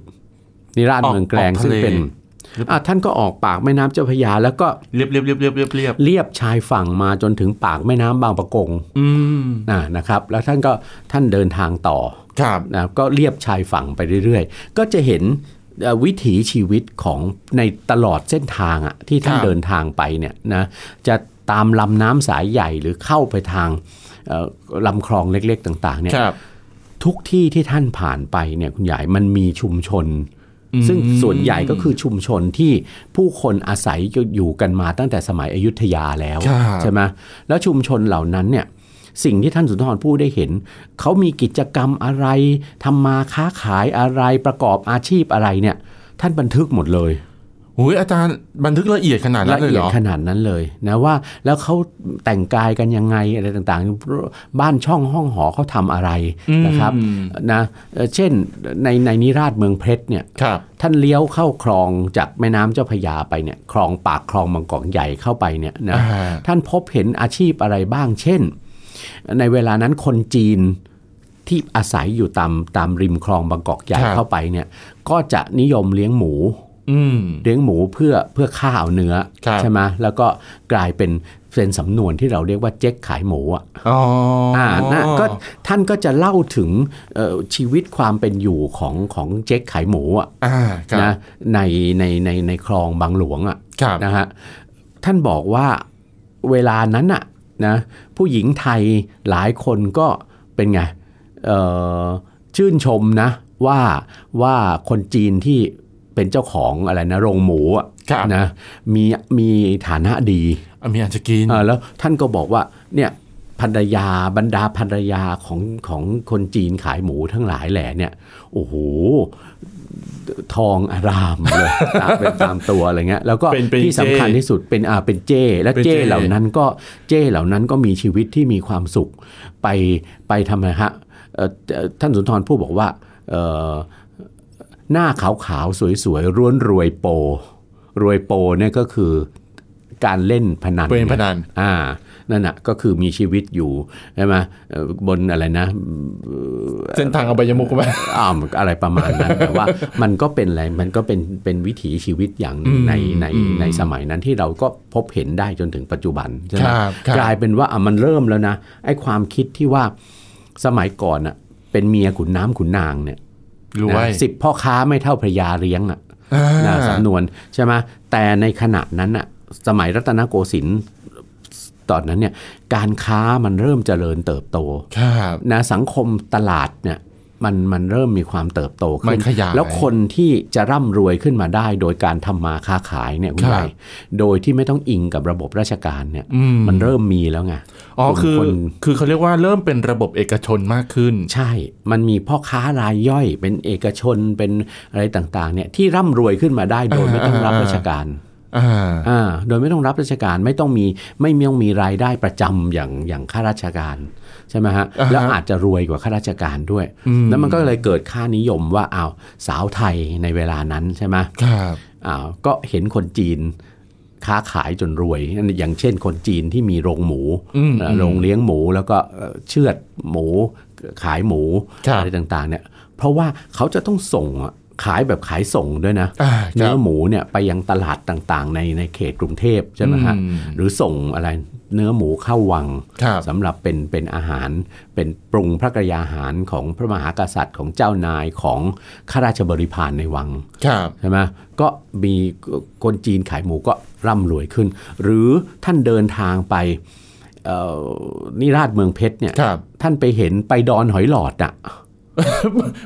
[SPEAKER 3] นิราศ
[SPEAKER 2] ออก
[SPEAKER 3] เมืองแกลง
[SPEAKER 2] ออกทะ
[SPEAKER 3] ซึ่งเป็น
[SPEAKER 2] เล
[SPEAKER 3] อ่ะท่านก็ออกปากแม่น้ำเจ้าพระยา แล้วก็
[SPEAKER 2] เรียบเรียบเรียบเรียบเรียบเรียบ
[SPEAKER 3] เลียบชายฝั่งมาจนถึงปากแม่น้ำบางปะกง
[SPEAKER 2] อืม
[SPEAKER 3] อ่ะนะครับ แล้วท่านก็ท่านเดินทางต่อ
[SPEAKER 2] ครับ
[SPEAKER 3] นะครับก็เรียบชายฝั่งไปเรื่อยๆ ก็จะเห็นเอ่อวิถีชีวิตของในตลอดเส้นทางอะที่ท่าน
[SPEAKER 2] ครับ
[SPEAKER 3] เดินทางไปเนี่ยนะจะตามลำน้ำสายใหญ่หรือเข้าไปทางเอ่อลำคลองเล็กๆต่างๆเนี่ย
[SPEAKER 2] ครับ
[SPEAKER 3] ทุกที่ที่ท่านผ่านไปเนี่ยคุณใหญ่มันมีชุมชน ซึ่งส่วนใหญ่ก็คือชุมชนที่ผู้คนอาศัยอยู่กันมาตั้งแต่สมัยอยุธยาแล้ว
[SPEAKER 2] ครับ
[SPEAKER 3] ใช่ไหมแล้วชุมชนเหล่านั้นเนี่ยสิ่งที่ท่านสุนทรพูดได้เห็น เขามีกิจกรรมอะไรทำมาค้าขายอะไรประกอบอาชีพอะไรเนี่ยท่านบันทึกหมดเลย
[SPEAKER 2] หุยอาจารย์บันทึกละเอียดขนาดนั้
[SPEAKER 3] ละ
[SPEAKER 2] นเลย
[SPEAKER 3] เอี
[SPEAKER 2] เห
[SPEAKER 3] ย
[SPEAKER 2] ร
[SPEAKER 3] ด
[SPEAKER 2] อ
[SPEAKER 3] ขนาดนั้นเลยนะว่าแล้วเขาแต่งกายกันยังไงอะไรต่างๆ บ้านช่องห้องหอเขาทำอะไรนะครับ
[SPEAKER 2] อืม
[SPEAKER 3] นะเอ่อเช่นในในนิราศเมืองเพชรเนี่ย
[SPEAKER 2] ครับ
[SPEAKER 3] ท่านเลี้ยวเข้าคลองจากแม่น้ำเจ้าพระยาไปเนี่ยคลองปากคลองบางกอกใหญ่เข้าไปเนี่ยนะ
[SPEAKER 2] อ่า
[SPEAKER 3] ท่านพบเห็นอาชีพอะไรบ้าง เช่น ในเวลานั้นคนจีนที่อาศัยอยู่ตามตามริมคลองบางกอกใหญ่เข้าไปเนี่ยก็จะนิยมเลี้ยงหมู
[SPEAKER 2] อืม
[SPEAKER 3] เลี้ยงหมูเพื่อเพื่อฆ่าเอาเนื้อ
[SPEAKER 2] ครับ
[SPEAKER 3] ใช่ไหมแล้วก็กลายเป็นเป็นสำนวนที่เราเรียกว่าเจ๊กขายหมูอ่ะ
[SPEAKER 2] อ๋อ
[SPEAKER 3] อ่า
[SPEAKER 2] อ่า
[SPEAKER 3] นะก็ท่านก็จะเล่าถึงเอ่อชีวิตความเป็นอยู่ของของเจ๊กขายหมูอ่ะ
[SPEAKER 2] อ่าครับ
[SPEAKER 3] นะในในในในคลองบางหลวงอะ
[SPEAKER 2] ครับ
[SPEAKER 3] นะฮะท่านบอกว่าเวลานั้นอะนะผู้หญิงไทยหลายคนก็เป็นไงเอ่อชื่นชมนะว่าว่าคนจีนที่เป็นเจ้าของอะไรนะโรงหมูอะ
[SPEAKER 2] ครับ
[SPEAKER 3] นะมีมีฐานะดี
[SPEAKER 2] อ่ะมีอันจะกิน
[SPEAKER 3] เออแล้วท่านก็บอกว่าเนี่ยภรรยาบรรดาภรรยาของของคนจีนขายหมูทั้งหลายแหล่เนี่ยโอ้โห ทองอารามเลย ตามเป็นตามตัวอะไรเงี้ยแล้วก็
[SPEAKER 2] เป็นเป็น
[SPEAKER 3] ที่สำคัญ
[SPEAKER 2] เจ้
[SPEAKER 3] ที่สุดเป็นอ่าเป็นเจ้ และ
[SPEAKER 2] เป็นเจ้
[SPEAKER 3] เจ้เหล่านั้นก็เจ้เหล่านั้นก็มีชีวิตที่มีความสุขไปไปทำไมฮะเอ่อเอ่อท่านสุนทรผู้บอกว่าเอ่อหน้าขาวๆสวยๆร้วนรวยโป รวยโปเนี่ยก็คือ การเล่นพนัน
[SPEAKER 2] เป็นพนัน
[SPEAKER 3] อ่านั่นน่ะก็คือมีชีวิตอยู่ใช่ไหมเอ่อบนอะไรนะ
[SPEAKER 2] เส้นทางอบายมุกไหม
[SPEAKER 3] อ่าอะไรประมาณนั้น แต่ว่ามันก็เป็นอะไรมันก็เป็นเป็นวิถีชีวิตอย่างหนึ่ง
[SPEAKER 2] อืม
[SPEAKER 3] ในใน
[SPEAKER 2] อืม
[SPEAKER 3] ในสมัยนั้นที่เราก็พบเห็นได้จนถึงปัจจุบันใช่ไหม
[SPEAKER 2] ครับครับ
[SPEAKER 3] กลายเป็นว่าอ่ะมันเริ่มแล้วนะไอ้ความคิดที่ว่าสมัยก่อนอ่ะเป็นเมียขุนน้ำขุนนางเนี่ย
[SPEAKER 2] รวย
[SPEAKER 3] สิบพ่อค้าไม่เท่าพระยาเลี้ยงอ่ะ
[SPEAKER 2] อ่า
[SPEAKER 3] นะสำนวนใช่ไหมแต่ในขณะนั้นอะสมัยรัตนโกสินทร์ตอนนั้นเนี่ยการค้ามันเริ่มเจริญเติบโต
[SPEAKER 2] ครับ
[SPEAKER 3] นะสังคมตลาดเนี่ยมันมันเริ่มมีความเติบโต
[SPEAKER 2] มั
[SPEAKER 3] ขึ้น
[SPEAKER 2] นขยาย
[SPEAKER 3] แล้วคนที่จะร่ำรวยขึ้นมาได้โดยการทำมาค้าขายเนี่ยคุณ
[SPEAKER 2] ครับ
[SPEAKER 3] ใหญ่โดยที่ไม่ต้องอิงกับระบบราชการเนี่ย
[SPEAKER 2] อืม
[SPEAKER 3] มันเริ่มมีแล้วไง
[SPEAKER 2] อ๋อคือ
[SPEAKER 3] น
[SPEAKER 2] คือเขาเรียกว่าเริ่มเป็นระบบเอกชนมากขึ้น
[SPEAKER 3] ใช่ มันมีพ่อค้ารายย่อยเป็นเอกชนเป็นอะไรต่างๆเนี่ยที่ร่ำรวยขึ้นมาได้โดยไม่ต้องรับราชการ
[SPEAKER 2] อ่า
[SPEAKER 3] อ่าโดยไม่ต้องรับราชการไม่ต้องมีไม่มีต้องมีรายได้ประจำอย่างอย่างข้าราชการใช่ไหมฮะ
[SPEAKER 2] อ่าฮะ
[SPEAKER 3] แล้วอาจจะรวยกว่าข้าราชการด้วย
[SPEAKER 2] อืม
[SPEAKER 3] แล้วมันก็เลยเกิดค่านิยมว่าอ้าวสาวไทยในเวลานั้นใช่ไหม
[SPEAKER 2] ครับ
[SPEAKER 3] อ้าวก็เห็นคนจีนค้าขายจนรวย อย่างเช่นคนจีนที่มีโรงหมู
[SPEAKER 2] อืม
[SPEAKER 3] เอ่อโรงเลี้ยงหมูแล้วก็เอ่อเชือดหมูขายหมู
[SPEAKER 2] ครับ
[SPEAKER 3] อะไรต่างๆเนี่ยเพราะว่าเขาจะต้องส่งอะขายแบบขายส่งด้วยนะ
[SPEAKER 2] อ่า
[SPEAKER 3] เนื้
[SPEAKER 2] ค
[SPEAKER 3] อ
[SPEAKER 2] รับ
[SPEAKER 3] หมูเนี่ยไปยังตลาดต่างๆ ในในเขตกรุงเทพใช่ไหมฮะ
[SPEAKER 2] อืม
[SPEAKER 3] หรือส่งอะไรเนื้อหมูเข้าวัง
[SPEAKER 2] ครับ
[SPEAKER 3] สำหรับเป็นเป็นอาหารเป็นปรุงพระกรยาอาหารของพระมหากษัตริย์ของเจ้านายของข้าราชบริพารในวัง
[SPEAKER 2] ครับ
[SPEAKER 3] ใช่ไหมก็มีคนจีนขายหมูก็ร่ำรวยขึ้น หรือท่านเดินทางไปเอ่อนิราชเมืองเพชรเนี่ย
[SPEAKER 2] ครับ
[SPEAKER 3] ท่านไปเห็นไปดอนหอยหลอดอ่ะ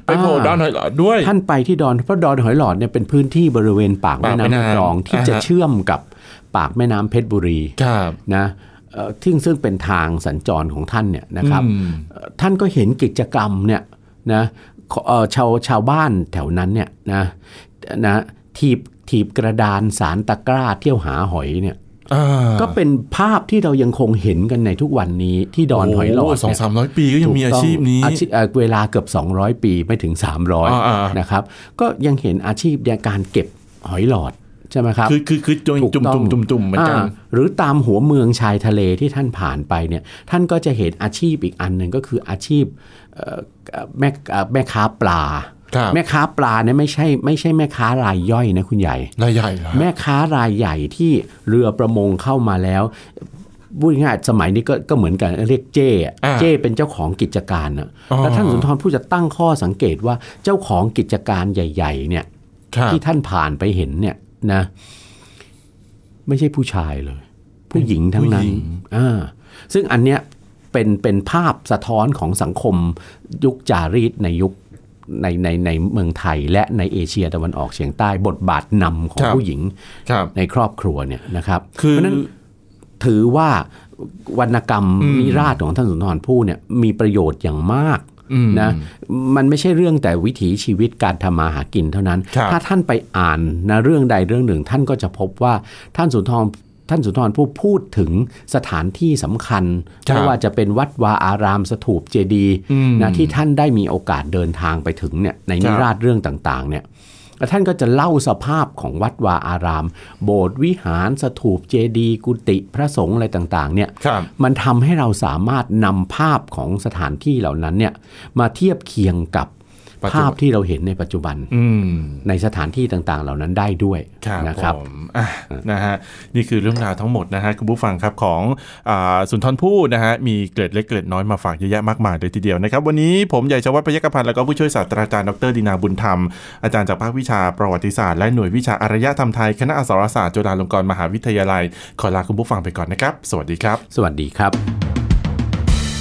[SPEAKER 2] ไปโผล่
[SPEAKER 3] อ่า
[SPEAKER 2] ดาวหน่อยเหรอด้วย
[SPEAKER 3] ท่านไปที่ดอนเพราะดอนหอยหลอดเนี่ยเป็นพื้นที่บริเวณปาก
[SPEAKER 2] ปา
[SPEAKER 3] แม่
[SPEAKER 2] กแม่
[SPEAKER 3] น้ำ
[SPEAKER 2] น้ำ
[SPEAKER 3] คลองที่
[SPEAKER 2] อ่าฮะ
[SPEAKER 3] จะเชื่อมกับปากแม่น้ำเพชรบุรี
[SPEAKER 2] ครับ
[SPEAKER 3] นะเอ่อซึ่งซึ่งเป็นทางสัญจรของท่านเนี่ยนะครับ
[SPEAKER 2] อืม
[SPEAKER 3] เอ่อท่านก็เห็นกิจกรรมเนี่ยนะขอเอ่อชาวชาวบ้านแถวนั้นเนี่ยนะนะถีบถีบกระดานสารตะกร้าเที่ยวหาหอยเนี่ย
[SPEAKER 2] อ่า
[SPEAKER 3] ก็เป็นภาพที่เรายังคงเห็นกันในทุกวันนี้ที่ดอนหอยหลอด
[SPEAKER 2] โสอง
[SPEAKER 3] เนี่ย
[SPEAKER 2] สามร้อยปีก็ยังมีอาชีพนี้
[SPEAKER 3] ถูกต้องอาชีพเอ่อเวลาเกือบ 200 ปีไม่ถึง
[SPEAKER 2] อ่า
[SPEAKER 3] 300
[SPEAKER 2] ๆ
[SPEAKER 3] นะครับ ก็ยังเห็นอาชีพในการเก็บหอยหลอด ใช่ไหมครับ
[SPEAKER 2] คือคือคือจุ่ม
[SPEAKER 3] ถูก
[SPEAKER 2] จุ่ม
[SPEAKER 3] ต้อง
[SPEAKER 2] จุ่มจุ่มจุ่มเหมือนกัน
[SPEAKER 3] าหรือตามหัวเมืองชายทะเลที่ท่านผ่านไปเนี่ยท่านก็จะเห็นอาชีพอีกอันหนึ่งก็คืออาชีพเอ่อเอ่อแม่เอ่อแม่ค้าปลา
[SPEAKER 2] ครับ
[SPEAKER 3] แม่ค้าปลาเนี่ยไม่ใช่ไม่ใช่แม่ค้ารายย่อยนะคุณใหญ่
[SPEAKER 2] รายใหญ่เหรอ
[SPEAKER 3] แม่ค้ารายใหญ่ที่เรือประมงเข้ามาแล้วพูดง่ายๆสมัยนี้ก็ก็เหมือนกันเรียกเจ้อะ
[SPEAKER 2] อ่า
[SPEAKER 3] เจ้เป็นเจ้าของกิจการนะ
[SPEAKER 2] อ๋อ
[SPEAKER 3] แล้วท่านสุนทรผู้จะตั้งข้อสังเกตว่าเจ้าของกิจการใหญ่ๆเนี่ย
[SPEAKER 2] ครับ
[SPEAKER 3] ที่ท่านผ่านไปเห็นเนี่ยนะไม่ใช่ผู้ชายเลย ผู้หญิงทั้งนั้นอ่าซึ่งอันเนี้ยเป็นเป็นภาพสะท้อนของสังคมยุคจารีตในยุคในในในเมืองไทย และในเอเชียตะวันออกเฉียงใต้บทบาทนำของผู้หญิง
[SPEAKER 2] ครับ
[SPEAKER 3] ในครอบครัวเนี่ยนะครับ
[SPEAKER 2] คือ
[SPEAKER 3] เพราะฉะนั้นถือว่าวรรณกรรมนิราศของท่านสุนทรภู่เนี่ยมีประโยชน์อย่างมาก
[SPEAKER 2] อืม
[SPEAKER 3] นะมันไม่ใช่เรื่องแต่วิถีชีวิตการทำมาหากินเท่านั้น
[SPEAKER 2] ครับ
[SPEAKER 3] ถ้าท่านไปอ่านนะเรื่องใดเรื่องหนึ่ง ท่านก็จะพบว่าท่านสุนทรท่านสุนทรผู้พูดถึงสถานที่สำคัญ
[SPEAKER 2] ครับ
[SPEAKER 3] ไม่ว่าจะเป็นวัดวาอารามสถูปเจดีย์
[SPEAKER 2] อืม
[SPEAKER 3] นะที่ท่านได้มีโอกาสเดินทางไปถึงเนี่ยใน
[SPEAKER 2] ครั
[SPEAKER 3] นิ
[SPEAKER 2] บ
[SPEAKER 3] ราศ เรื่องต่างๆเนี่ยแล้วท่านก็จะเล่าสภาพของวัดวาอาราม โบสถ์วิหารสถูปเจดีย์กุฏิพระสงฆ์อะไรต่างๆเนี่ย
[SPEAKER 2] ครับ
[SPEAKER 3] มันทำให้เราสามารถนำภาพของสถานที่เหล่านั้นเนี่ยมาเทียบเคียงกับ
[SPEAKER 2] ปัจจุบัน
[SPEAKER 3] ภาพที่เราเห็นในปัจจุบัน
[SPEAKER 2] อืม
[SPEAKER 3] ในสถานที่ต่างๆ เหล่านั้นได้ด้วย
[SPEAKER 2] ครับ
[SPEAKER 3] นะครับ
[SPEAKER 2] ผมอ่ะนะฮะนี่คือเรื่องราวทั้งหมดนะฮะคุณผู้ฟังครับของอาสุนทรภู่นะฮะมีเกร็ดเล็กเกร็ดน้อยมาฝากเยอะแยะมากมายเลยทีเดียวนะครับ วันนี้ผมใหญ่ชวัฒน์พยกพันธ์แล้วก็ผู้ช่วยศาสตราจารย์ดรดินาบุญธรรม อาจารย์จากภาควิชาประวัติศาสตร์และหน่วยวิชาอารยธรรมไทยคณะอักษรศาสตร์จุฬาลงกรณ์มหาวิทยาลัย ขอลาคุณผู้ฟังไปก่อนนะครับ สวัสดีครับ
[SPEAKER 3] สวัสดีครับ